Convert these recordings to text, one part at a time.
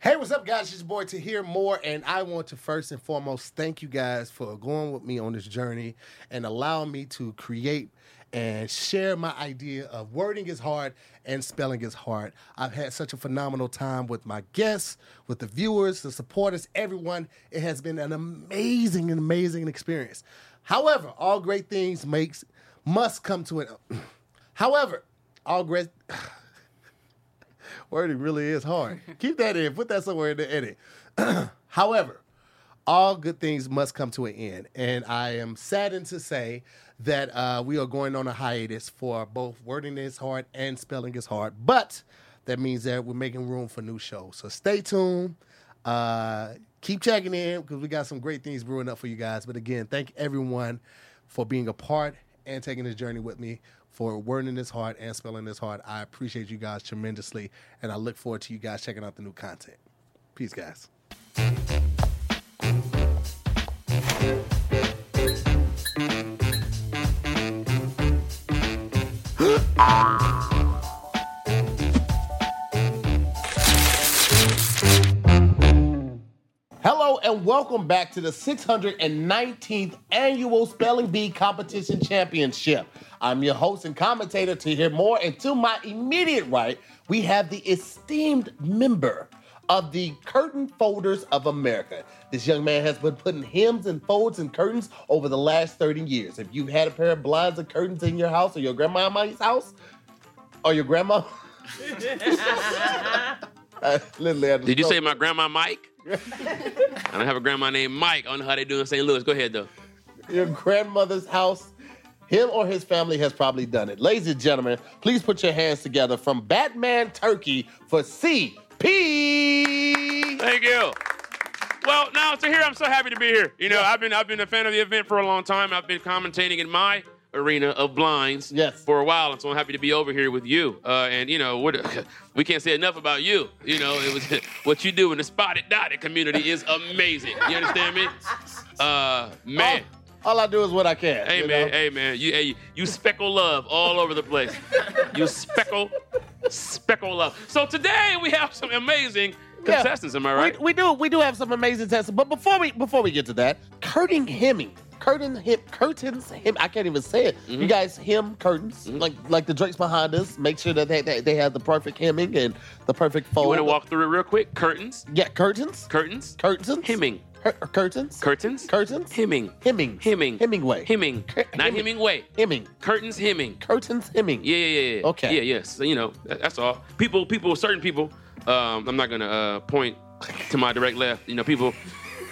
Hey, what's up, guys? It's your boy to hear more, and I want to first and foremost thank you guys for going with me on this journey and allowing me to create and share my idea of wording is hard and spelling is hard. I've had such a phenomenal time with my guests, with the viewers, the supporters, everyone. It has been an amazing, amazing experience. However, all great things makes must come to an. However, all great. wording really is hard. Keep that in. Put that somewhere in the edit. However, all good things must come to an end, and I am saddened to say that uh, we are going on a hiatus for both wording is hard and spelling is hard. But that means that we're making room for new shows. So stay tuned. Uh, keep checking in because we got some great things brewing up for you guys. But again, thank everyone for being a part and taking this journey with me for wording this hard and spelling this hard. I appreciate you guys tremendously, and I look forward to you guys checking out the new content. Peace, guys. Hello and welcome back to the 619th annual Spelling Bee Competition Championship. I'm your host and commentator to hear more. And to my immediate right, we have the esteemed member of the Curtain Folders of America. This young man has been putting hems and folds and curtains over the last 30 years. If you've had a pair of blinds and curtains in your house or your grandma's house or your grandma, Uh, I literally had to Did you throw- say my grandma Mike? I don't have a grandma named Mike. I don't know how they do in St. Louis. Go ahead though. your grandmother's house. Him or his family has probably done it. Ladies and gentlemen, please put your hands together from Batman Turkey for CP. Thank you. Well, now to here, I'm so happy to be here. You know, I've been I've been a fan of the event for a long time. I've been commentating in my arena of blinds Yes. for a while, and so I'm happy to be over here with you. Uh, and you know, what, we can't say enough about you. You know, it was what you do in the spotted dotted community is amazing. You understand me? Uh, man. All I do is what I can. Hey you man, know? hey man, you hey, you speckle love all over the place. You speckle, speckle love. So today we have some amazing Yeah. contestants. Am I right? We, we do we do have some amazing tests, but before we before we get to that, curtain hemming, curtain hem, curtains hem. I can't even say it. Mm-hmm. You guys hem curtains like like the drakes behind us. Make sure that they, they, they have the perfect hemming and the perfect fold. you want to walk through it real quick? Curtains, Yeah, curtains, curtains, curtains, hemming, Cur- curtains, curtains, curtains, hemming, Hemming. hemming, Hemingway. hemming, Cur- not hemming. Hemingway. Hemming. Curtains, hemming. Curtains Hemming. Yeah, yeah, yeah, yeah. Okay. Yeah, yes. So, you know, that- that's all. People, people, certain people. Um, I'm not gonna uh, point to my direct left. You know, people,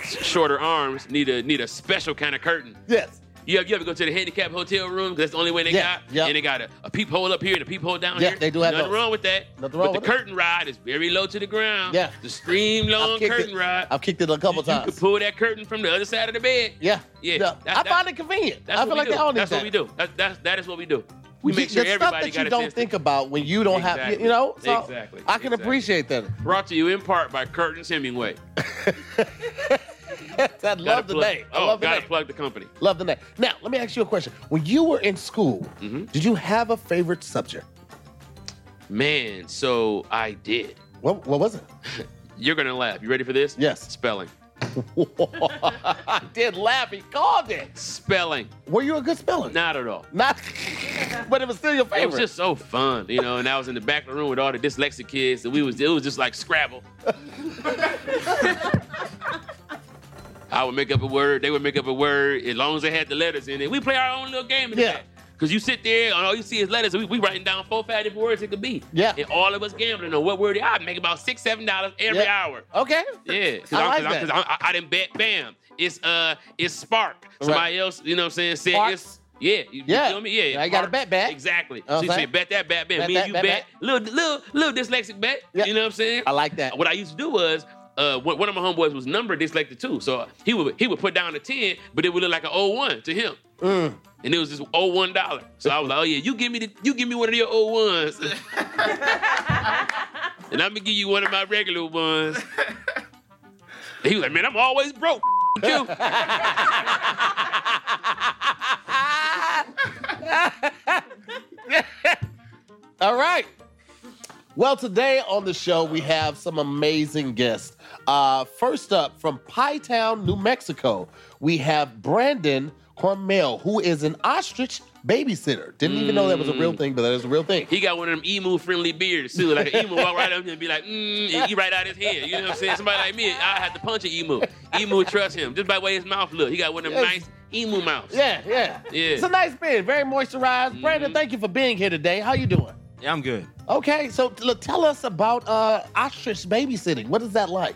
shorter arms need a need a special kind of curtain. Yes. You ever, you ever go to the handicap hotel room? 'Cause That's the only way they Yeah, got. yeah. And they got a, a peephole up here and a peephole down Yeah, here. they do have Nothing those. wrong with that. Nothing wrong but with the it. curtain rod is very low to the ground. Yeah. The stream long kicked curtain it. rod. I've kicked it a couple you can times. pull that curtain from the other side of the bed. Yeah. Yeah, that- I that- find it convenient. That's I what feel we like do. they all need That's that. what we do. That, that's that is what we do. We You- make sure the everybody stuff that got you a don't sense to- think about when you don't have, you Exactly. know, so Exactly. I can Exactly. appreciate that. Brought to you in part by Curtains Hemingway. I love the plug, name. I Oh, love the gotta name. plug the company. Love the name. Now, let me ask you a question. When you were in school, Mm-hmm. did you have a favorite subject? Man, so I did. What, what was it? You're gonna laugh. You ready for this? Yes. Spelling. I did laugh. He called it. Spelling. Were you a good speller? Not at all. Not, but it was still your favorite. It was just so fun, you know. And I was in the back of the room with all the dyslexic kids, and we was it was just like Scrabble. I would make up a word, they would make up a word, as long as they had the letters in it. We play our own little game in Yeah. there. Cause you sit there and all you see is letters, and we, we writing down four, five different words it could be. Yeah. And all of us gambling on what word I make about six, seven dollars every Yeah. hour. okay. Yeah, because I I, like am that. cause I, I, I didn't bet. Bam, it's uh, it's Spark. Somebody else, you know what I'm saying? Said Sparks. it's yeah, you, Yeah. You feel me? Yeah, I gotta Spark. bet back. Exactly. know what so you I'm say saying? bet that, bet, bet. Bet Me that, and you bet, bet, Little, little, little dyslexic bet. Yeah. You know what I'm saying? I like that. What I used to do was. Uh, one one of my homeboys was number dyslexic too, so he would he would put down a ten, but it would look like an 01 to him, Mm. and it was just oh one dollar. So I was like, oh yeah, you give me the you give me one of your old ones, and I'm gonna give you one of my regular ones. And he was like, man, I'm always broke. F- you. All right. Well, today on the show, we have some amazing guests. Uh, first up, from Pie Town, New Mexico, we have Brandon Cormel, who is an ostrich babysitter. Didn't even know that was a real thing, but that is a real thing. Mm. He got one of them emu friendly beards too. Like an emu walk right up to him and be like, mm, and eat right out his hand. You know what I'm saying? Somebody like me, I had to punch an emu. Emu trust him just by the way his mouth look. He got one of them Yes. nice emu mouths. Yeah, yeah. Yeah. Mm-hmm. It's a nice beard, very moisturized. Brandon, thank you for being here today. How you doing? Yeah, I'm good. Okay, so t- look, tell us about uh, ostrich babysitting. What is that like?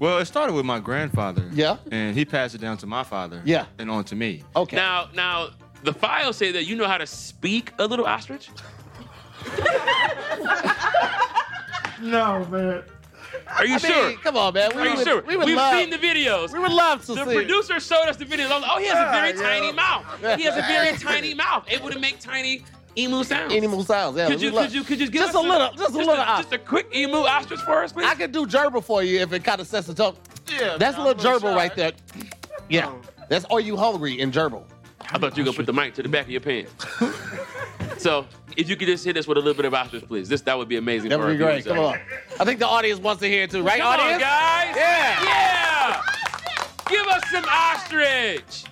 Well, it started with my grandfather. Yeah. And he passed it down to my father. Yeah. Oh. And on to me. Okay. Now, now the file say that you know how to speak a little ostrich. No, man. Are you I mean, sure? Come on, man. We Are you would, sure? We would have love, seen the videos. We would love to the see. it. producer showed us the videos. I was like, oh, he has a very Yeah, tiny yeah. mouth. He has a very tiny mouth, able to make tiny emu sounds. Animal sounds. Yeah, Could you, we love- could you, could you give Just us a little- just a little a, just a quick emu ostrich for us, please? I could do gerbil for you if it kind of sets the tone. Yeah. That's a little gerbil right there. Yeah. Oh. That's are you hungry in gerbil? I thought you were gonna put the mic to the back of your pants. so if you could just hit us with a little bit of ostrich, please. This that would be amazing. That for would our be great. viewers Come out on. here. I think the audience wants to hear it too, right, Come audience? on, guys. Yeah. Yeah. Give us some ostrich.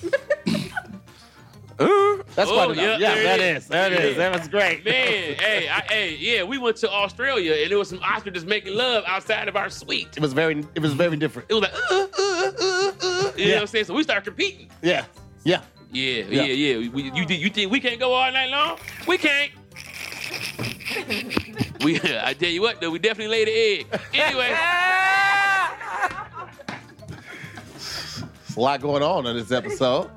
That's Uh, Oh, quite enough. yeah, Yeah, there it that is. is. That There it is. is. That was great. Man, hey, I, hey, yeah, we went to Australia and there was some ostriches making love outside of our suite. It was very it was very different. It was like, uh, uh, uh, uh, you know what I'm saying? So we started competing. Yeah. Yeah. Yeah, yeah, Yeah. yeah. We- we- you, thi- you think we can't go all night long? We can't. we, I tell you what, though, we definitely laid the egg. Anyway, Mm, It's a lot going on in this episode.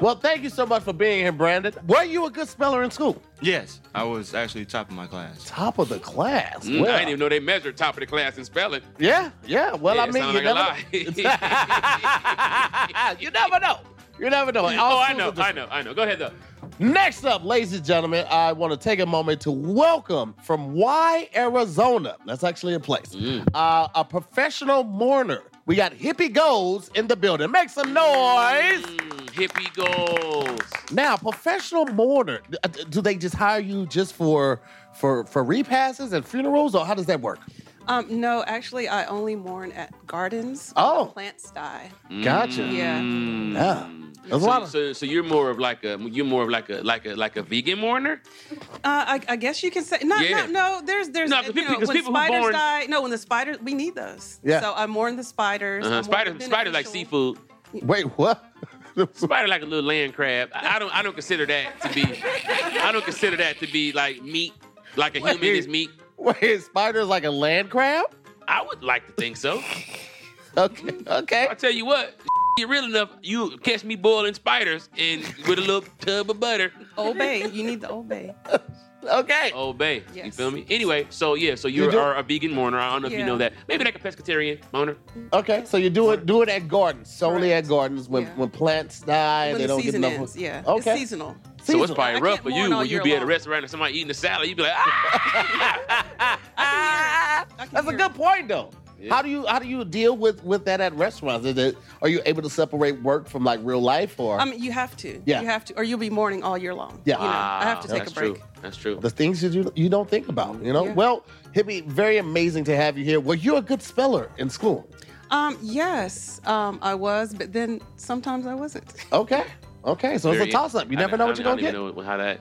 Well, thank you so much for being here, Brandon. Were you a good speller in school? Yes. I was actually top of my class. Top of the class. mm, Well, I didn't even know they measured top of the class in spelling. Yeah, yeah. Well, Yeah, I it mean, you sounded never, like a lie. you never know. You never know. All oh, I schools are know, different. I know, I know. Go ahead, though. Next up, ladies and gentlemen, I want to take a moment to welcome from Why, Arizona. That's actually a place. Mm. Uh, a professional mourner. We got Hippie Goals in the building. Make some noise. Mm, hippie goals. Now, professional mourner. uh, Do they just hire you just for for for repasses and funerals, or how does that work? Um, no, actually, I only mourn at gardens. Oh. when plants die. Mm. Gotcha. Yeah. Yeah. There's a So, lot of so, so you're more of like a you're more of like a like a like a vegan mourner. Uh, I, I guess you can say not, Yeah. not no. There's there's No, 'cause you people- know, 'cause when people who spiders mourn- die. No, when the spiders we need those. Yeah. So I mourn the spiders. I Uh, mourn spider the spider like beneficial- seafood. wait. What? Spider like a little land crab. I, I don't I don't consider that to be I don't consider that to be like meat. Like a human is meat. wait, spiders like a land crab? I would like to think so. Okay. Okay. I tell you what, you real enough, you catch me boiling spiders and with a little tub of butter. Old Bay. You need the Old Bay. Okay. Obey. You Yes. feel me? Anyway, so yeah, so you, You do- are a vegan mourner. I don't know if you Yeah. know that. Maybe like a pescatarian mourner. Okay, so you do it do it at gardens, solely Correct. at gardens when, Yeah. when plants die and When they the don't get season enough. ends. Yeah. Okay. It's seasonal. So it's Seasonal. probably I rough can't for mourn you all when you year be at a long. restaurant and somebody eating a salad, you'd be like, ah! I can hear it. I can That's a hear good it. point though. Yeah. How do you how do you deal with with that at restaurants? Is it, are you able to separate work from like real life or I mean, Um, you have to. Yeah. You have to, or you'll be mourning all year long. Yeah. You know, I have to Wow, take Ah, that's a break. True. That's true. the things that you you don't think about? You know. Yeah. Well, Hippie, very amazing to have you here. Well, you're a good speller in school. Um, yes, um, I was, but then sometimes I wasn't. Okay. Okay, so Very- it's a toss up. You I never don't- know I what you're don't- gonna get. I don't even know how that.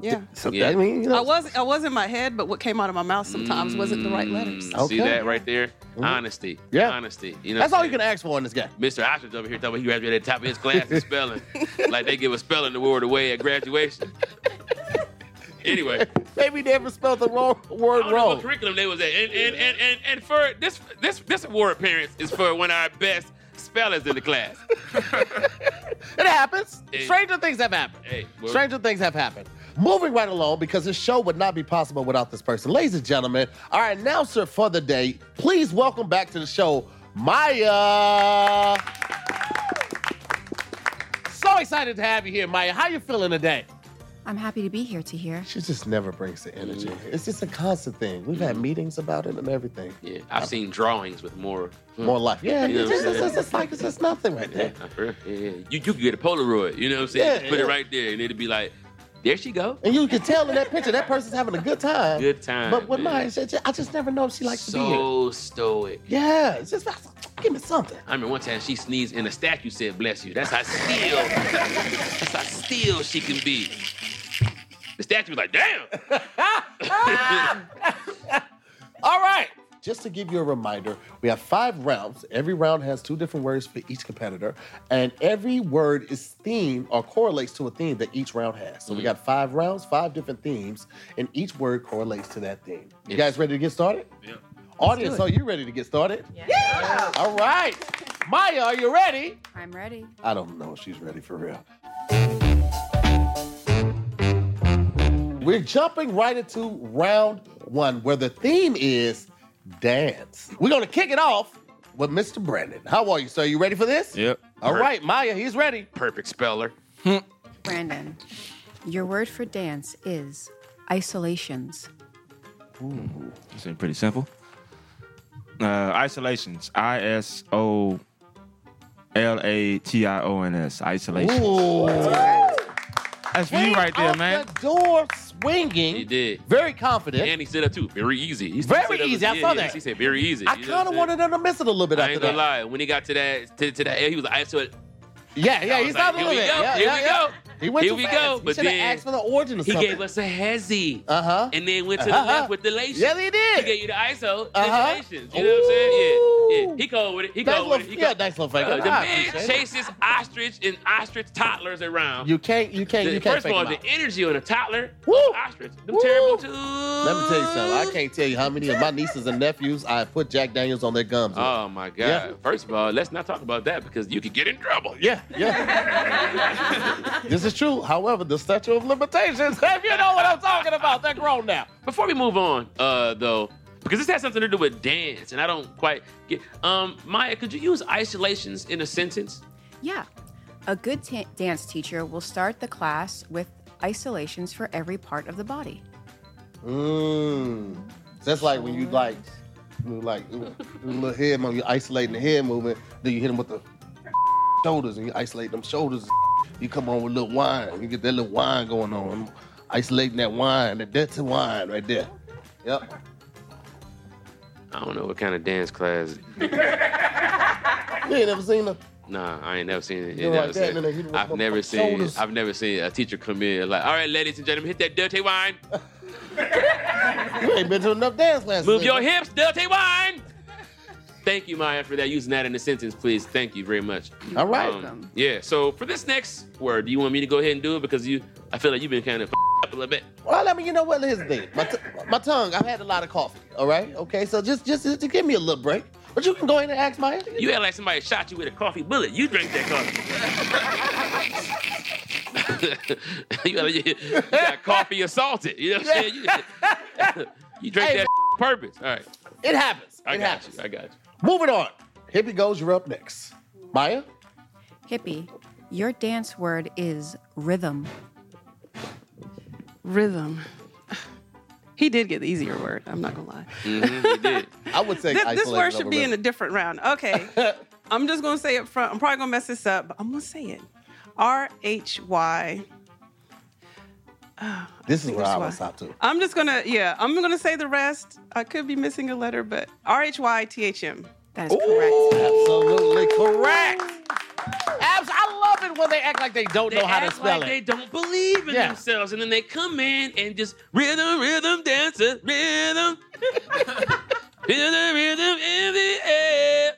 Yeah. So Yeah. I mean, you know, I was I was in my head, but what came out of my mouth sometimes wasn't the right Mm, letters. See Okay. Mm-hmm. that right there? Honesty. Yeah. Honesty. You know that's what all I'm you can ask for in this guy. saying? Mr. Ostrich over here talking about he graduated at the top of his class in spelling. like they give a spelling award away at graduation. anyway. Maybe they ever spelled the wrong I word don't know what wrong. curriculum they was at. And and, and, and and for this this this award appearance is for one of our best spellers in the class. It happens. Hey. Stranger things have happened. Hey, well- Stranger things have happened. Moving right along, because this show would not be possible without this person. Ladies and gentlemen, our announcer for the day, please welcome back to the show, Maya. So excited to have you here, Maya. How you feeling today? I'm happy to be here to hear. She just never brings the energy. It's just a constant thing. We've Mm-hmm. had meetings about it and everything. Yeah. I've seen drawings with more. More life. Mm. Yeah, You know it's, what I'm just, it's, saying? just- it's like it's just nothing right Yeah, there. for real. yeah, yeah. You you could get a Polaroid, you know what I'm saying? Yeah, Just put yeah. it right there and it'd be like There she go. And you can tell in that picture that person's having a good time. Good time, But with man. mine, she- she- I just never know if she likes to be here. so stoic. Yeah, it's just give me something. I remember one time she sneezed in a statue said, bless you. That's how still, that's how still she can be. The statue was like, damn. All right. Just to give you a reminder, we have five rounds. Every round has two different words for each competitor, and every word is themed or correlates to a theme that each round has. So we got five rounds, five different themes, and each word correlates to that theme. You guys ready to get started? Yeah. Audience, are you ready to get started? Yeah. All right. Maya, are you ready? I'm ready. I don't know if she's ready for real. We're jumping right into round one, where the theme is dance. We're gonna kick it off with Mr. Brandon. How are you, sir? You ready for this? Yep. All right, Maya, he's ready. Perfect speller. Brandon, your word for dance is isolations. This ain't pretty simple. Uh, isolations. I S O L A T I O N S. Isolations. That's me Came right there, out man. The door swinging. He did. Very confident. And he said that too. Very easy. He Very said that easy. I yeah, saw yeah. that. He said very easy. I You know what kind I'm of saying? wanted him to miss it a little bit I after ain't gonna that. lie. When he got to that to, to that, area, he was isolated. Yeah, yeah, I he's was not like, a little here we bit. go, Yeah, here yeah, we yeah. go. He went Here too we fast. go, He but should have then asked for the origin or He something. gave us a hezzy. Uh-huh. And then went to Uh-huh. the left with delation. Yes, he did. He gave you the ISO Uh-huh. delations. You know what I'm saying? Yeah. Ooh. Yeah. He cold with it. He Nice cold little- with it. He yeah, cold. nice little finger. Uh, the I man appreciate it. chases ostrich and ostrich toddlers around. You can't, you can't, The- you can't first of fake all, him the out. energy on a toddler, Woo. ostrich, them Woo. terrible twos. Let me tell you something. I can't tell you how many of my nieces and nephews I have put Jack Daniels on their gums. with. Oh my God! Yeah. First of all, let's not talk about that because you could get in trouble. yeah, yeah. this is true. However, the statute of limitations, if you know what I'm talking about, they're grown now. Before we move on, uh, though, because this has something to do with dance, and I don't quite get. Um, Maya, could you use isolations in a sentence? Yeah. A good ta- dance teacher will start the class with isolations for every part of the body. Mmm. That's like when you like, you like do a little head movement, you isolating the head movement, then you hit them with the shoulders and you isolate them shoulders. You come on with a little wine, you get that little wine going on. isolating that wine, that dirty wine right there. Yep. I don't know what kind of dance class. You ain't never seen them. Nah, I ain't never seen it. Go never like that, seen- and then hit it with I've my never fucking seen. shoulders. I've never seen a teacher come in like, "All right, ladies and gentlemen, hit that dirty wine. You ain't been to enough dance classes. Move nigga. your hips, dirty wine." Thank you, Maya, for that. Using that in a sentence, please. Thank you very much. Um, All right. Welcome. Yeah. So for this next word, do you want me to go ahead and do it because you? I feel like you've been kind of up a little bit. Well, I mean, you know what? Here's the thing. My, t- my tongue. I've had a lot of coffee. All right. Okay. So just, just, just give me a little break. But you can go in and ask Maya. You act like somebody shot you with a coffee bullet. You drink that coffee. you, act like you- you got coffee assaulted. You know what I'm saying? You, you drink Hey, that purpose. All right. It happens. I it got happens. you. I got you. Moving on. Hippie goes. You're up next. Maya. Hippie, your dance word is rhythm. Rhythm. He did get the easier word. I'm not gonna lie. Mhm, you did. Mm, I would say Th- this isolated word should over be in a rhythm. different round. Okay. I'm just gonna say it front. I'm probably gonna mess this up, but I'm gonna say it. R H Y. This is where Here's I why. would stop too. I'm just gonna, yeah, I'm gonna say the rest. I could be missing a letter, but R H Y T H M. That is correct. Absolutely correct. Abs. I love it when they act like they don't They know how to act spell like it. they don't believe in Yeah. themselves, and then they come in and just rhythm, rhythm, dancer, rhythm, rhythm, rhythm in the air,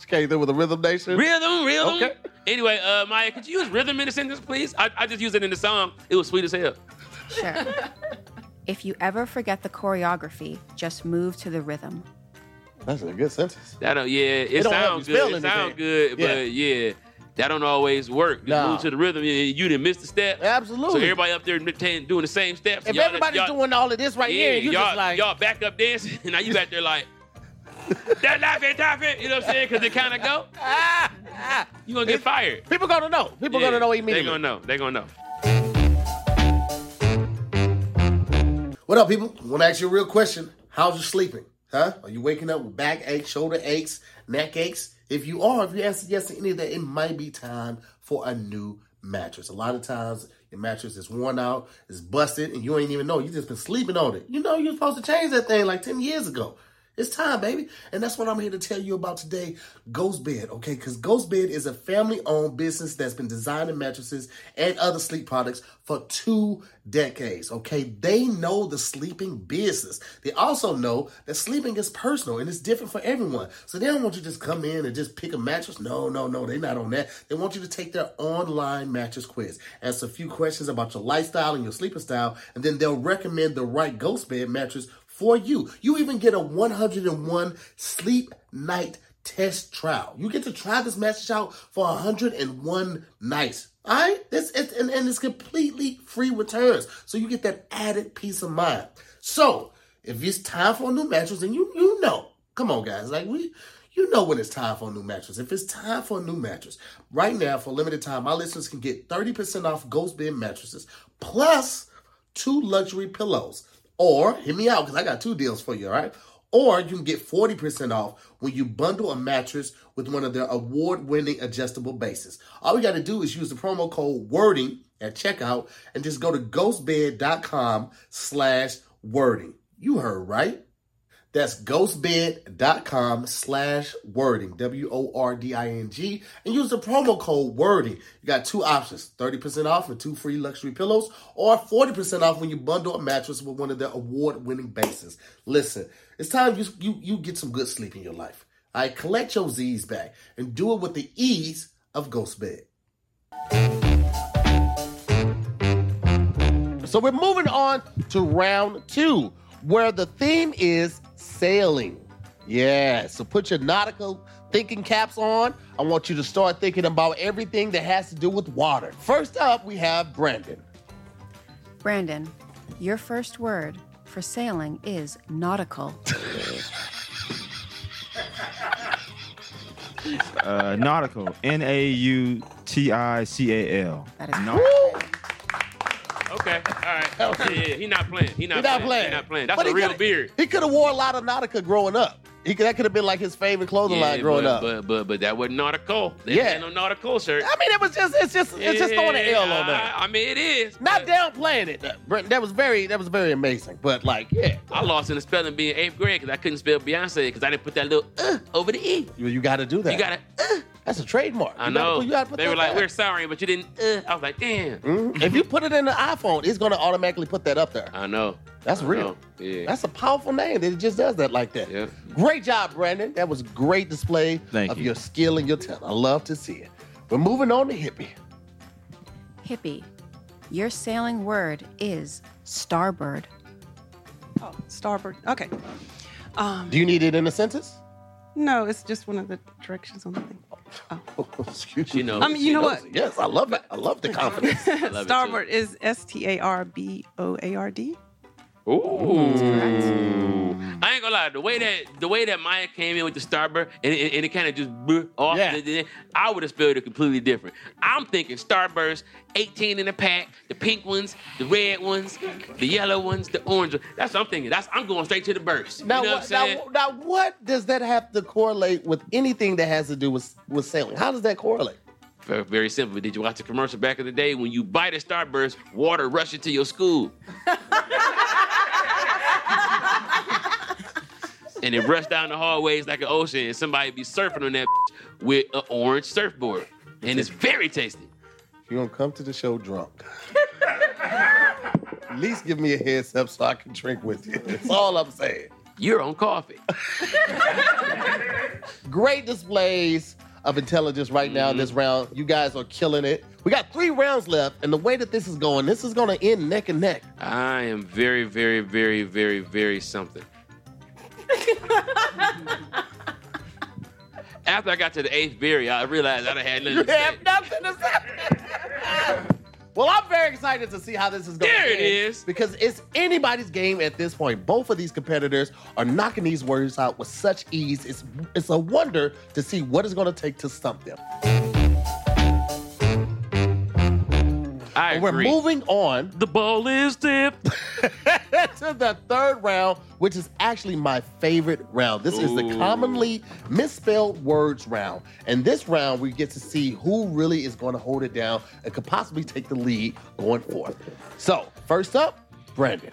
She came through with a rhythm nation. rhythm, rhythm. Okay. Anyway, uh, Maya, could you use rhythm in a sentence, please? I, I just used it in the song. It was sweet as hell. Sure. if you ever forget the choreography, just move to the rhythm. That's a good sentence. That don't, yeah, it don't help sounds you spell good. It sounds anything. good, but yeah, that don't always work. Just Nah. move to the rhythm. You, you didn't miss the step. Absolutely. So everybody up there doing the same steps. If y'all- everybody's y'all- doing all of this right here, you y'all, just like y'all back up dancing, and now you back there like that life ain't top it. You know what I'm saying? Because they kind of go, ah, ah. you gonna get fired. People gonna know. People Yeah, gonna know immediately. They gonna know. They gonna know. What up, people? I want to ask you a real question. How's you sleeping? Huh? Are you waking up with back aches, shoulder aches, neck aches? If you are, if you answer yes to any of that, it might be time for a new mattress. A lot of times, your The mattress is worn out, it's busted, and you ain't even know. You just been sleeping on it. You know you're supposed to change that thing like 10 years ago. It's time, baby. And that's what I'm here to tell you about today, Ghost Bed, okay? Because Ghost Bed is a family owned business that's been designing mattresses and other sleep products for two decades, okay? They know the sleeping business. They also know that sleeping is personal and it's different for everyone. So they don't want you to just come in and just pick a mattress. No, no, no, they're not on that. They want you to take their online mattress quiz, answer a few questions about your lifestyle and your sleeping style, and then they'll recommend the right Ghost Bed mattress for you. You even get a 101 sleep night test trial. You get to try this mattress out for 101 nights. All right, this it's, and, and it's completely free returns, so you get that added peace of mind. So if it's time for a new mattress, and you you know, come on guys, like we you know when it's time for a new mattress. If it's time for a new mattress, right now for a limited time, my listeners can get 30% off Ghost Bed mattresses plus two luxury pillows. Or, hear me out because I got two deals for you, all right? Or you can get 40% off when you bundle a mattress with one of their award winning adjustable bases. All we got to do is use the promo code WORDING at checkout and just go to ghostbed.com slash wording. You heard right. That's ghostbed.com slash wording, W O R D I N G, and use the promo code wording. You got two options 30% off for two free luxury pillows, or 40% off when you bundle a mattress with one of their award winning bases. Listen, it's time you, you, you get some good sleep in your life. All right, collect your Z's back and do it with the ease of Ghost Bed. So we're moving on to round two, where the theme is sailing. Yeah, so put your nautical thinking caps on. I want you to start thinking about everything that has to do with water. First up, we have Brandon. Brandon, your first word for sailing is nautical. Uh, nautical. N A U T I C A L. That is Nau- Woo! Okay, all right. Yeah, yeah, he not playing. He not, He playing. not playing. He not playing. That's But a he real coulda- beard. He could have wore a lot of Nautica growing up. He could, that could have been like his favorite clothing line growing but, up. but but but that wasn't nautical. They Yeah. yeah, had no nautical shirt. I mean, it was just it's just it's just throwing an Yeah, L on there. I, I mean, it is. Not but downplaying it, uh, Brent. That was very that was very amazing. But like, yeah, I lost in the spelling bee in eighth grade because I couldn't spell Beyonce because I didn't put that little uh over the e. you, you got to do that. You got to uh. That's a trademark. I You gotta know. put- you gotta put they that were like, back. "We're sorry, but you didn't." Uh. I was like, "Damn." Mhm. If you put it in the iPhone, it's gonna automatically put that up there. I know. That's I real. know. Ah, Yeah. That's a powerful name that it just does that like that. Yep. Great job, Brandon. That was great display Thank of you. your skill and your talent. I love to see it. We're moving on to hippie. hippie. Your sailing word is starboard. Oh, starboard. Okay. Um, Do you need it in a sentence? no, it's just one of the directions on the thing. Oh. Excuse She me. knows. I mean, you know what? Yes, I love it. I love the confidence. love it, too. starboard is S T A R B O A R D. I ain't gonna lie. The way that the way that Maya came in with the starboard and it, and it kind of just blew off, Yeah. the- I would have spelled it completely different. I'm thinking starburst, 18 in a pack, the pink ones, the red ones, the yellow ones, the orange. ones. That's what I'm thinking. That's I'm going straight to the burst. Now, you know what, what I'm now, saying? wh- now, what does that have to correlate with anything that has to do with with sailing? How does that correlate? Very, very simple. Did you watch the commercial back in the day when you bite a starburst, water rushes to your school? and it rushed down the hallways like an ocean, and somebody be surfing on that with an orange surfboard. And it's very tasty. You're gonna come to the show drunk. At least give me a heads up so I can drink with you. That's all I'm saying. You're on coffee. Great displays of intelligence right now in this Mm-hmm. round. You guys are killing it. We got three rounds left, and the way that this is going, this is gonna end neck and neck. I am very, very, very, very, very something. After I got to the eighth berry, I realized I done had nothing to say. nothing to say. Well, I'm very excited to see how this is going. There it is. Because it's anybody's game at this point. Both of these competitors are knocking these words out with such ease. It's it's a wonder to see what it's going to take to stump them. I But we're agree. moving on The ball is tipped. to the third round, which is actually my favorite round. This is the Ooh. commonly misspelled words round. And this round, we get to see who really is going to hold it down and could possibly take the lead going forth. So, first up, Brandon.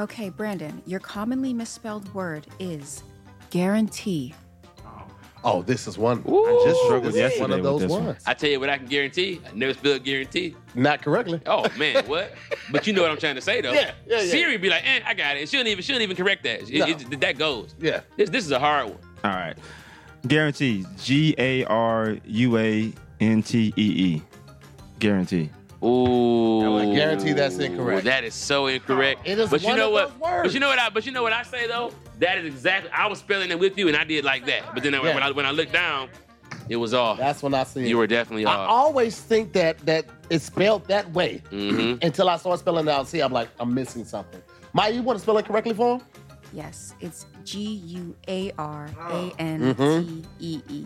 Okay, Brandon, your commonly misspelled word is guarantee. Oh, this is one. I just This struggled is yesterday one of those with this one. ones. I tell you what I can guarantee. I never spelled guarantee. Not correctly. Oh man, what? But you know what I'm trying to say though. Yeah, yeah, yeah. Siri be like, eh, I got it. She don't even she don't even correct that. It- No. it- that goes. Yeah. This this is a hard one. All right. Guarantee. G A R U A N T E E. Guarantee. Ooh, I guarantee that's incorrect. That is so incorrect. It is but you one know of what? those words. But you know what? I but you know what I say though. That is exactly. I was spelling it with you, and I did like that. But then I- when Yeah. I when I looked down, it was off. That's when I see you it. were uh, definitely I off. always think that that it's spelled that way Mhm. until I start spelling it out. See, I'm like, I'm missing something. Maya, you want to spell it correctly for him? Yes, it's G U A R A N T E E.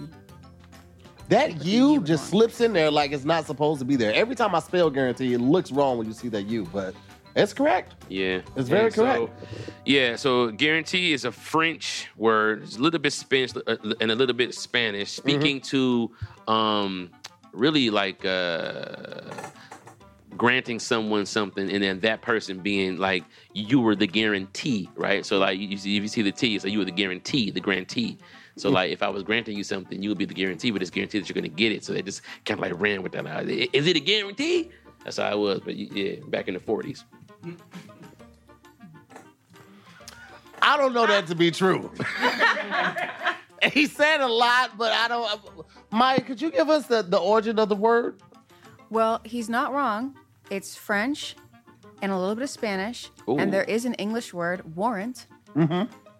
That you U were just wrong. slips in there like it's not supposed to be there. Every time I spell guarantee, it looks wrong when you see that U, but it's correct. Yeah, It's very so- correct. yeah, so guarantee is a French word. It's a little bit Spanish uh, and a little bit Spanish, Mm-hmm. speaking to um, really like uh, granting someone something, and then that person being like you were the guarantee, right? So like you, you see, if you see the T, it's like you were the guarantee, the grantee. So Mm-hmm. like if I was granting you something, you would be the guarantee, but it's guaranteed that you're going to get it. So they just kind of like ran with that. Like, "I- Is it a guarantee? That's how I was, but y- yeah, back in the 40s. I don't know that to be true. he said a lot, but I don't. Maya, could you give us the, the origin of the word? Well, he's not wrong. It's French and a little bit of Spanish. Ooh. And there is an English word, warrant,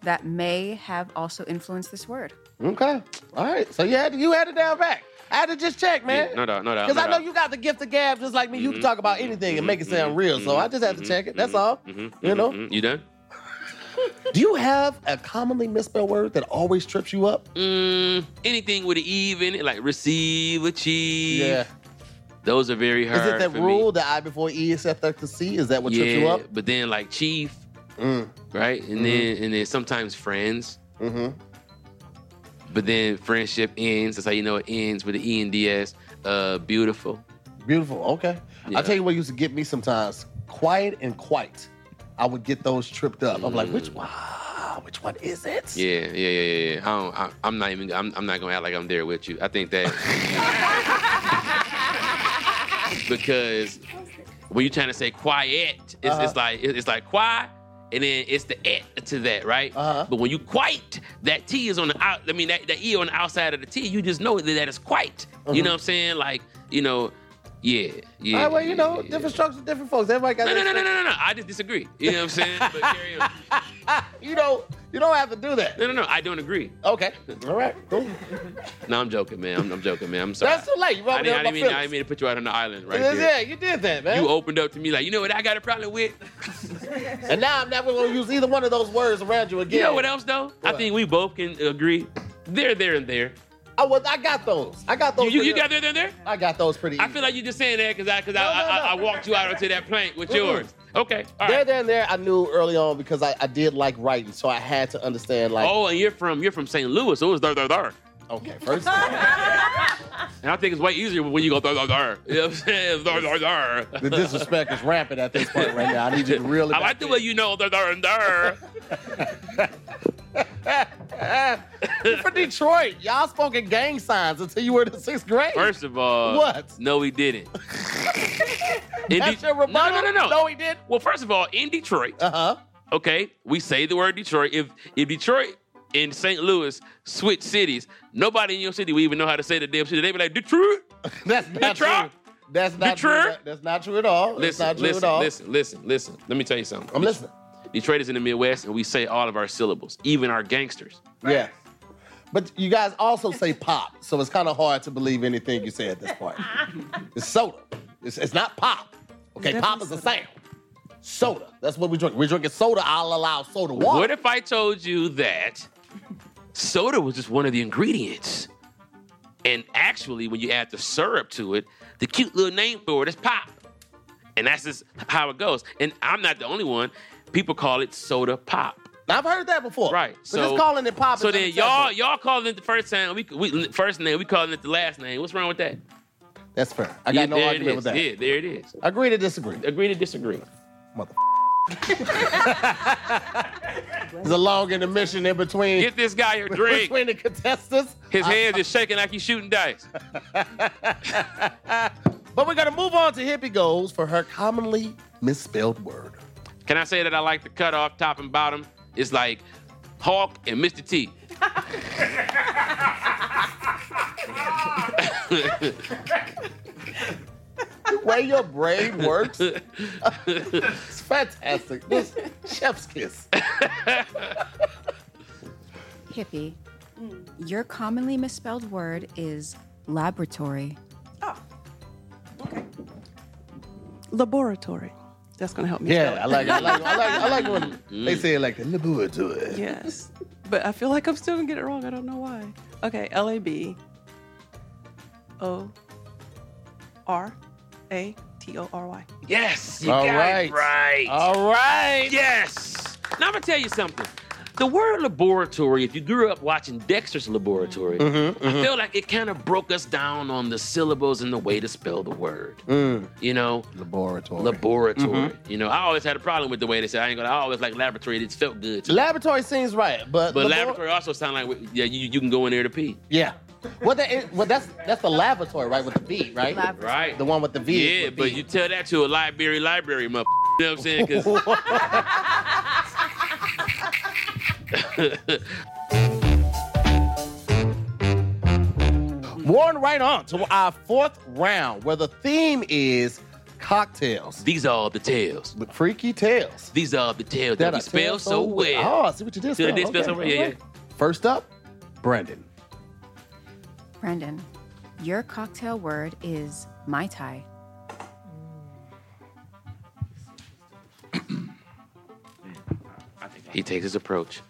that may have also influenced this word. Okay. All right. So you had you had it down back. I had to just check, man. Yeah, no doubt, no doubt, Because no Mm-hmm. I know doubt. mm-hmm, you got the gift of gab just like me. You can talk about anything and make it sound real. So I just had to check it. That's all. you know? Mm, You done? Do you have a commonly misspelled word that always trips you up? Mm, anything with an E in it, like receive, achieve. Those are very hard. E. Is it that for rule, Me. the I before E except after C? Is that what yeah, trips you up? but then like chief, Mm. right? And then and then sometimes friends. Mm-hmm. But then friendship ends. That's how you know it ends with the E and D S. Uh, beautiful. Beautiful. Okay. Yeah. I'll tell you what used to get me sometimes. Quiet and quite. I would get those tripped up. I'm like, which one? Which one is it? Mm. Yeah, yeah, yeah, yeah. yeah. I don't, I, I'm not even. I'm, I'm not gonna act like I'm there with you. I think that because when you're trying to say quiet, it's, Uh-huh. it's like it- it's like quiet, and then it's the et to that, right? Uh-huh. But when you quite, that t is on the out. I mean, that, that e on the outside of the t. You just know that that is quite. Uh-huh. You know what I'm saying? Like you know, yeah, yeah. All right, well, you know, yeah. different strokes for different folks. Everybody got No, their no, no, no, no, no, no. I just disagree. You know what I'm saying? But carry on. You don't you don't have to do that. No, no, no. I don't agree. Okay. All right. Cool. No, I'm joking, man. I'm, I'm joking, man. I'm sorry. That's too late. You I rubbed didn't, it I up my didn't mean, I feelings. didn't mean to put you out on the island right Yeah, there. you did that, man. You opened up to me like, you know what I got a problem with? and now I'm never going to use either one of those words around you again. You know what else though? I What? think we both can agree. They're there and there. I, was, Oh, I got those. I got those. You, you, you pretty- got there there there? I got those pretty I easy. feel like you just saying that because I because No, I, no, I, I no. walked you out onto that plank with Mm-mm. yours. Okay. All There, right. there, and there, I knew early on because I, I did like writing, so I had to understand, like, Oh, and you're from you're from St. Louis, so it was there there there. okay, first, that And I think it's way easier when you go there there there. You know what I'm saying? There there there. the disrespect is rampant at this point right now. I need you to really. I like the way you know there there and there. you from Detroit. Y'all spoke in gang signs until you were in the sixth grade. First of all, What? No, he didn't. In That's Det- your rebuttal? No, no, no, no. No, he did. Well, first of all, in Detroit, Uh huh. okay, we say the word Detroit. If if Detroit and St. Louis switch cities, nobody in your city would even know how to say the damn city. They be like Detroit. That's not Detroit? true. That's not Detroit? true. That's not true at all. That's Listen, not true listen, at all. listen, listen, listen. Let me tell you something. I'm listening. Detroit is in the Midwest, and we say all of our syllables, even our gangsters. Yeah. But you guys also say pop, so it's kind of hard to believe anything you say at this point. it's soda. It's, it's not pop. Okay, pop is a sound. Soda. That's what we drink. We're drinking soda. I'll allow soda water. What if I told you that soda was just one of the ingredients? And actually, when you add the syrup to it, the cute little name for it is pop. And that's just how it goes. And I'm not the only one. People call it soda pop. Now, I've heard that before. Right. But So- just calling it pop. So is then y'all unacceptable. y'all calling it the first time we, we first name we calling it the last name. What's wrong with that? That's fair. I got no there it argument is. with that. Yeah, there it is. Agree to disagree. Agree to disagree. Mother. There's a long intermission in between Get this guy your drink. between the contestants. His hands is shaking like he's shooting dice. But we're gonna move on to hippie goals for her commonly misspelled word. Can I say that I like the cut off top and bottom? It's like Hawk and Mr. T. The way your brain works, it's fantastic. This chef's kiss. Hippie, your commonly misspelled word is laboratory. Laboratory. That's gonna help me. Yeah, I like, I like, I like, I like when they say it like the laboratory. Yes. But I feel like I'm still gonna get it wrong. I don't know why. Okay, L A B O R A T O R Y. Yes, you All got right. it right. All right. Yes. Now I'm gonna tell you something. The word laboratory, if you grew up watching Dexter's Laboratory, Mm-hmm, I feel like it kind of broke us down on the syllables and the way to spell the word. Mm. You know, Laboratory. laboratory. Mm-hmm. You know, I always had a problem with the way they said. I ain't gonna. I always like laboratory. It felt good. To me. laboratory seems right, but But labor- laboratory also sound like yeah, you, you can go in there to pee. Yeah. Well, that is, well, that's that's the laboratory, right? With the V, right? Lab- Right. The one with the V. is yeah, with but V. you tell that to a library, library, mother. You know what I'm saying? 'Cause- Warren, right on to our fourth round, where the theme is cocktails, these are the tales. with freaky tales These are the tales that, we I spell tell so well. Oh, I see what you did. See what I did spell. spell so well? Yeah, alright. First up, Brandon. Brendan, your cocktail word is Mai Tai. He takes his approach.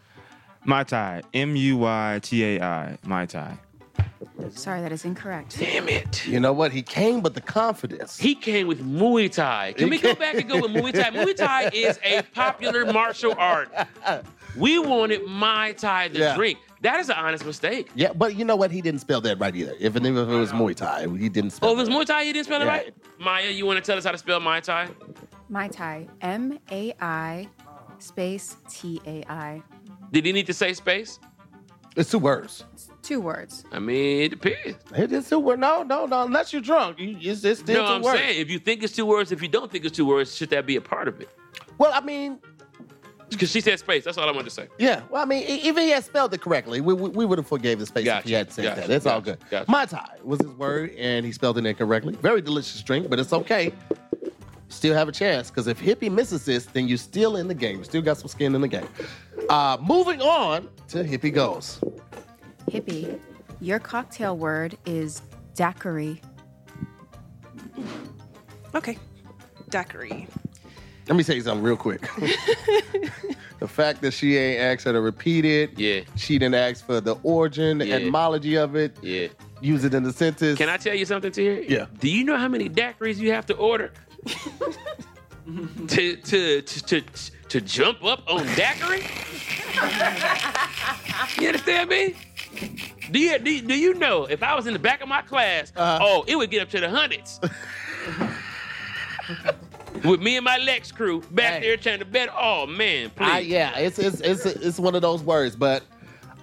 My tie. M U Y T A I. My tie. Sorry, that is incorrect. Damn it. You know what? He came with the confidence. He came with Muay Thai. Can we go back and go with Muay Thai? Muay Thai is a popular martial art. We wanted Mai Tai to Yeah. drink. That is an honest mistake. yeah, but you know what? He didn't spell that right either. If, it- if it was Muay Thai, he didn't spell. Oh, if it's that Muay Thai, you didn't spell it Yeah. right? Maya, you want to tell us how to spell Mai Tai? Mai Tai. M A I space T A I. Did he need to say space? right. It's two words. Two words. I mean, it depends. It is two words. No, no, no. Unless you're drunk, you, it's, it's still No, two I'm words. saying if you think it's two words, if you don't think it's two words, should that be a part of it? Well, I mean, Because she said space. That's all I wanted to say. Yeah, well, I mean, e- if he had spelled it correctly, we, we, we would have forgave the space if Gotcha, he had said gotcha, that. It's all gotcha, good. gotcha. Mai Tai was his word, and he spelled it incorrectly. Very delicious drink, but it's okay. Still have a chance, because if Hippie misses this, then you're still in the game. You still got some skin in the game. Uh, moving on to Hippie Goes. Hippie, your cocktail word is daiquiri. Okay. Daiquiri. Let me tell you something real quick. the fact that she ain't asked her to repeat it, Yeah. she didn't ask for the origin, the Yeah. etymology of it, Yeah. use it in the sentence. Can I tell you something, Tier? Yeah. Do you know how many daiquiris you have to order to, to, to, to, to jump up on daiquiri? you understand me? Do you, do, you- do you know if I was in the back of my class, Uh-huh. oh, it would get up to the hundreds. With me and my Lex crew back Hey. there trying to bet, oh man, please. I, yeah, it's, it's it's it's one of those words, but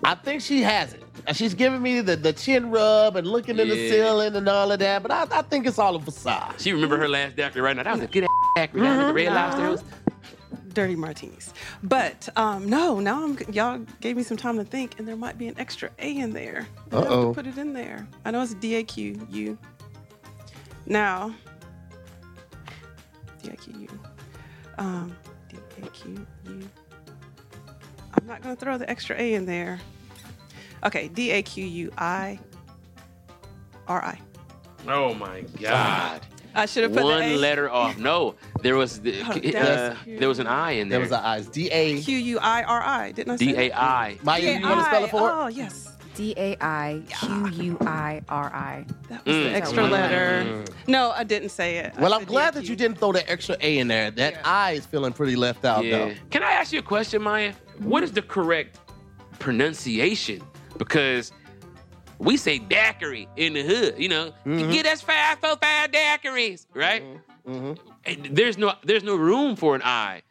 I think she has it. And She's giving me the, the chin rub and looking in the Yeah. ceiling and all of that, but I, I think it's all a facade. She remember her last daiquiri right now. That was a good ass daiquiri. down at the Red Lobster. It was- Dirty martinis. But um, no, now I'm y'all gave me some time to think, and there might be an extra A in there. I have Uh-oh. to put it in there. I know it's D A Q U. Now, D A Q U. Um, D A Q U. I'm not gonna throw the extra A in there. Okay, D A Q U I R I. Oh my God. I should have put one the A. letter off. No, there was the, Oh, uh, that's cute. there was an I in There there. was an eyes. D A. Q U I R I. Didn't I say D A I. Maya, you want to spell it for? Oh it? yes. D A I Q U I R I. That was the extra Mm. letter. No, I didn't say it. I Well, I'm said glad that DAQ. you didn't throw the extra A in there. That I is feeling pretty left out Yeah. though. Can I ask you a question, Maya? What is the correct pronunciation? Because we say daiquiri in the hood, you know, get us five, four, five daiquiris, right? And there's no there's no room for an I.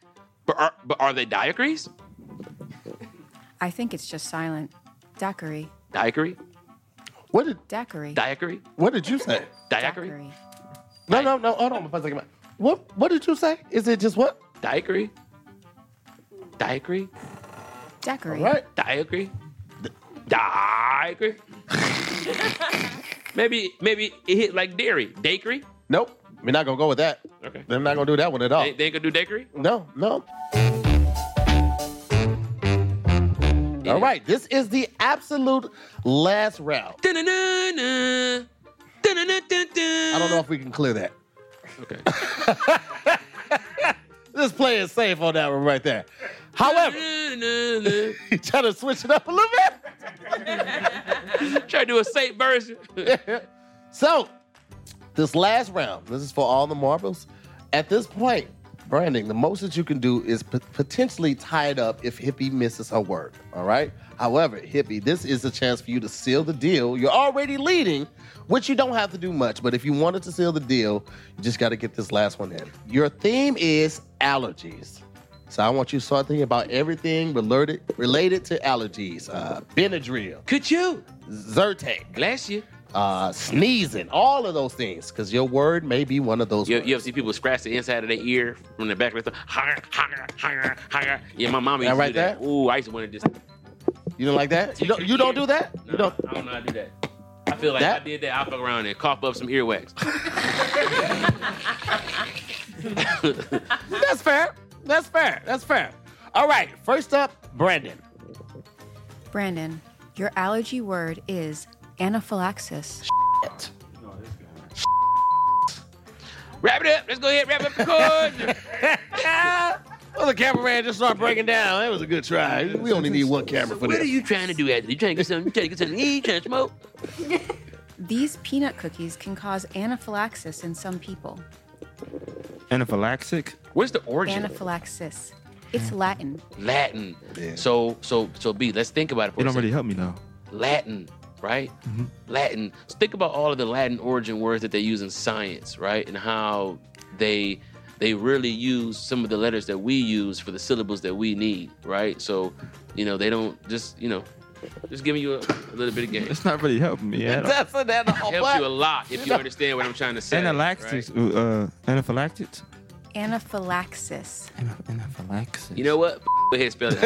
But are but are they daiquiris? I think it's just silent. Daiquiri. Daiquiri? What did Daiquiri. Daiquiri? what did you say? Daiquiri? No, no, no. Hold on for a second. What what did you say? Is it just what? Daiquiri? Daiquiri? Daiquiri. All right. Daiquiri? Daiquiri? maybe maybe it hit like dairy. Daiquiri? Nope. We're not gonna go with that. Okay. I'm not gonna do that one at all. They, they ain't gonna do daiquiri? No, no. All right, this is the absolute last round. I I don't don't know if we can clear that. Okay. This play is safe on that one right there. However, you try to switch it up a little bit. Try to do a safe version. So, this last round, this is for all the marbles. At this point, Branding, the most that you can do is p- potentially tie it up if Hippie misses her word. All right. However, Hippie, this is a chance for you to seal the deal. You're already leading, which you don't have to do much. But if you wanted to seal the deal, you just got to get this last one in. Your theme is allergies. So I want you to start thinking about everything related related to allergies. Uh, Benadryl, Could you? Zyrtec, Bless you. uh, sneezing, all of those things, because your word may be one of those. you. words. You ever see people scratch the inside of their ear from the back of their thumb? Yeah, my mama used That to right do that. there? Ooh, I used to want to just. You don't like that? You don't, you don't do that? Nah, You don't. I don't know how to do that. I feel like That- I did that. I fuck around and cough up some earwax. That's fair. That's fair. That's fair. All right. First up, Brandon. Brandon, your allergy word is anaphylaxis. wrap it up. Let's go ahead. Wrap up the cord. well, the cameraman just started breaking down. That was a good try. We only need one camera for what are this. you trying to do, Anthony? You trying to get something? You trying to get something? to eat? You trying to smoke? These peanut cookies can cause anaphylaxis in some people. Anaphylaxic. Where's the origin? of Anaphylaxis. It's Latin. Latin. Yeah. So so so B, let's think about it Mm-hmm. for It a don't second. really help me though. Latin, right? Latin. So think about all of the Latin origin words that they use in science, right? And how they they really use some of the letters that we use for the syllables that we need, right? So, you know, they don't just, you know, just giving you a, a little bit of game. It's not really helping me at all. That's a, that all. Helps you a lot if you understand what I'm trying to say. Anaphylaxis. right? Uh, anaphylactic. Anaphylaxis. Ana- Anaphylaxis. You know what? F- Go ahead, spell it.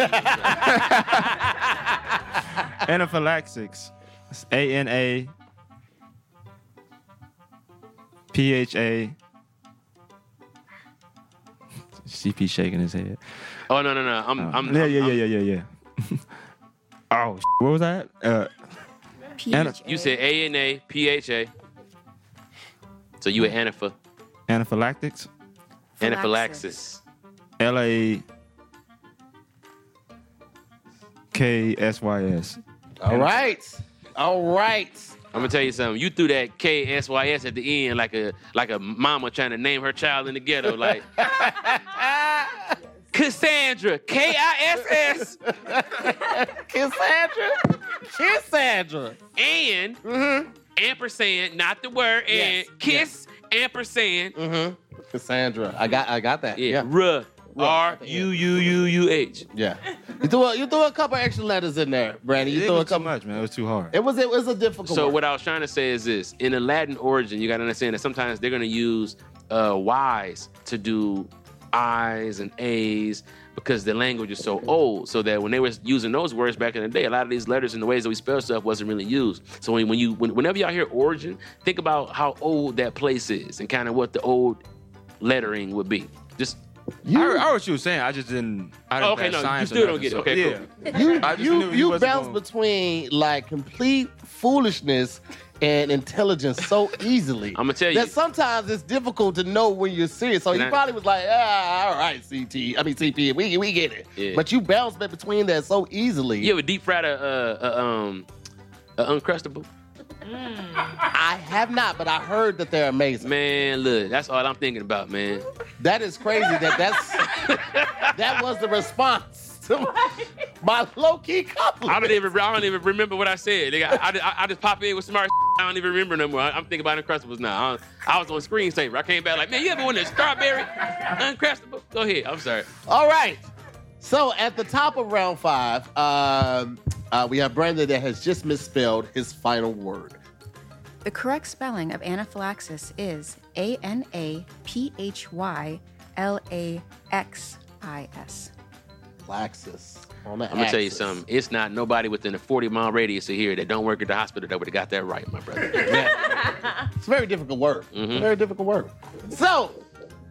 Anaphylaxis. It's A N A P H A. CP shaking his head. Oh no no no! I'm I'm yeah, I'm- yeah, I'm- yeah, yeah, yeah, yeah. oh, where was I? at? Uh, Ana- PHA. You said A N A P H A. So you an anaphy- anaphylactics. anaphylaxis. L A K S Y S. All right. All right. I'm gonna tell you something. You threw that K S Y S at the end like a like a mama trying to name her child in the ghetto, like Cassandra K I S S Cassandra. Cassandra. and ampersand, not the word and Mm-hmm. Yes, kiss ampersand. Cassandra. I got. I got that. Yeah, Yeah. R R U U U U H. Yeah. You threw. A, you threw a couple extra letters in there, Brandon. You It threw a was too couple. much, man. It was too hard. It was. It was a difficult. So one. what I was trying to say is this: in a Latin origin, you got to understand that sometimes they're going to use uh, Y's to do I's and A's because the language is so old. So that when they were using those words back in the day, a lot of these letters and the ways that we spell stuff wasn't really used. So when, when you when, whenever y'all hear origin, think about how old that place is and kind of what the old lettering would be. Just I, heard, I heard what you were saying. I just didn't. I didn't Oh, okay, pass no, you science or still don't nothing, get it. Okay, so- yeah. cool. you I just you, knew he you wasn't bounce gonna- between like complete foolishness and intelligence so easily. I'ma tell you. that sometimes it's difficult to know when you're serious. So And he I- probably was like, ah, all right, CT. I mean, CP. We we get it. Yeah. But you bounce back between that so easily. You ever deep fried a, a, a um An Uncrustable? I have not, but I heard that they're amazing. Man, look, that's all I'm thinking about, man. That is crazy. That that's that was the response to my low key couple. I don't even, I don't even remember what I said. Nigga, I, I- I just pop in with smart. I don't even remember no more. I, am thinking about Uncrustables now. I, I was on screensaver. I came back like, man, you ever won a strawberry Uncrustable? Go ahead. I'm sorry. All right. So at the top of round five, um, uh, we have Brandon that has just misspelled his final word. The correct spelling of anaphylaxis is A N A P H Y L A X I S. Laxus. On the I'm gonna tell you something. It's not nobody within a 40 mile radius of here that don't work at the hospital that would have got that right, my brother. It's a very difficult word. Mm-hmm. Very difficult word. So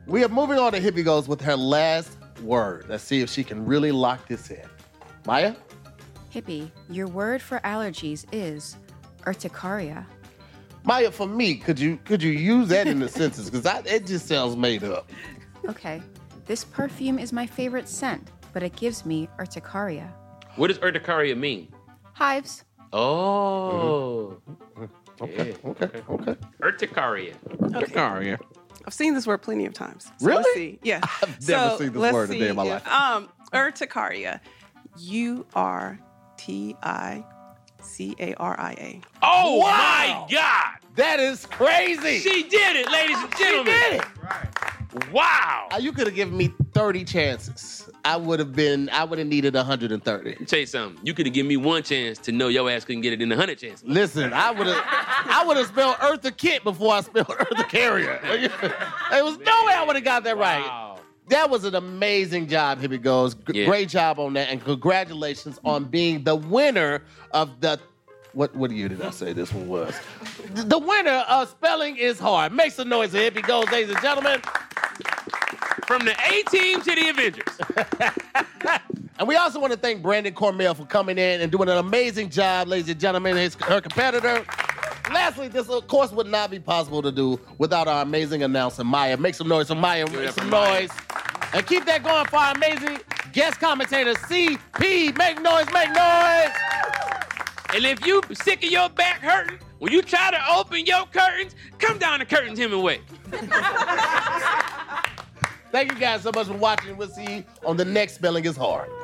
we are moving on to Hippie Goes with her last word. Let's see if she can really lock this in. Maya? Hippie, your word for allergies is urticaria. Maya, for me, could you could you use that in a sentence? Because it just sounds made up. Okay, this perfume is my favorite scent, but it gives me urticaria. what does urticaria mean? Hives. Oh, Mm-hmm. Okay, okay, okay. urticaria. Urticaria. I've seen this word plenty of times. So Really? Let's see. Yeah. I've never So, seen this let's word a day in my see. life. Um, urticaria. U R T I C A R I A. Oh Wow. my God! That is crazy. She did it, ladies and She gentlemen. did it. Wow. Uh, You could have given me 30 chances. I would have been, I would have needed 130. tell you something. You could have given me one chance to know your ass couldn't get it in a hundred chances. Listen, I would have, I would have spelled Eartha Kit before I spelled Eartha Carrier. there was no way I would have got that right. Wow. That was an amazing job, Hippie Goes. G- Yeah. Great job on that, and congratulations on being the winner of the. What what year did I say this one was? The winner of Spelling is Hard. Make some noise for Hippie Goes, ladies and gentlemen. From the A team to the Avengers. And we also want to thank Brandon Cormell for coming in and doing an amazing job, ladies and gentlemen, his, her competitor. Lastly, this of course would not be possible to do without our amazing announcer Maya. Make some noise for Maya. it Make up some for Maya. noise. And keep that going for our amazing guest commentator, CP. Make noise, make noise. And if you sick of your back hurting, when you try to open your curtains, come down the curtains Hemingway. Thank you guys so much for watching. We'll see you on the next Spelling is Hard.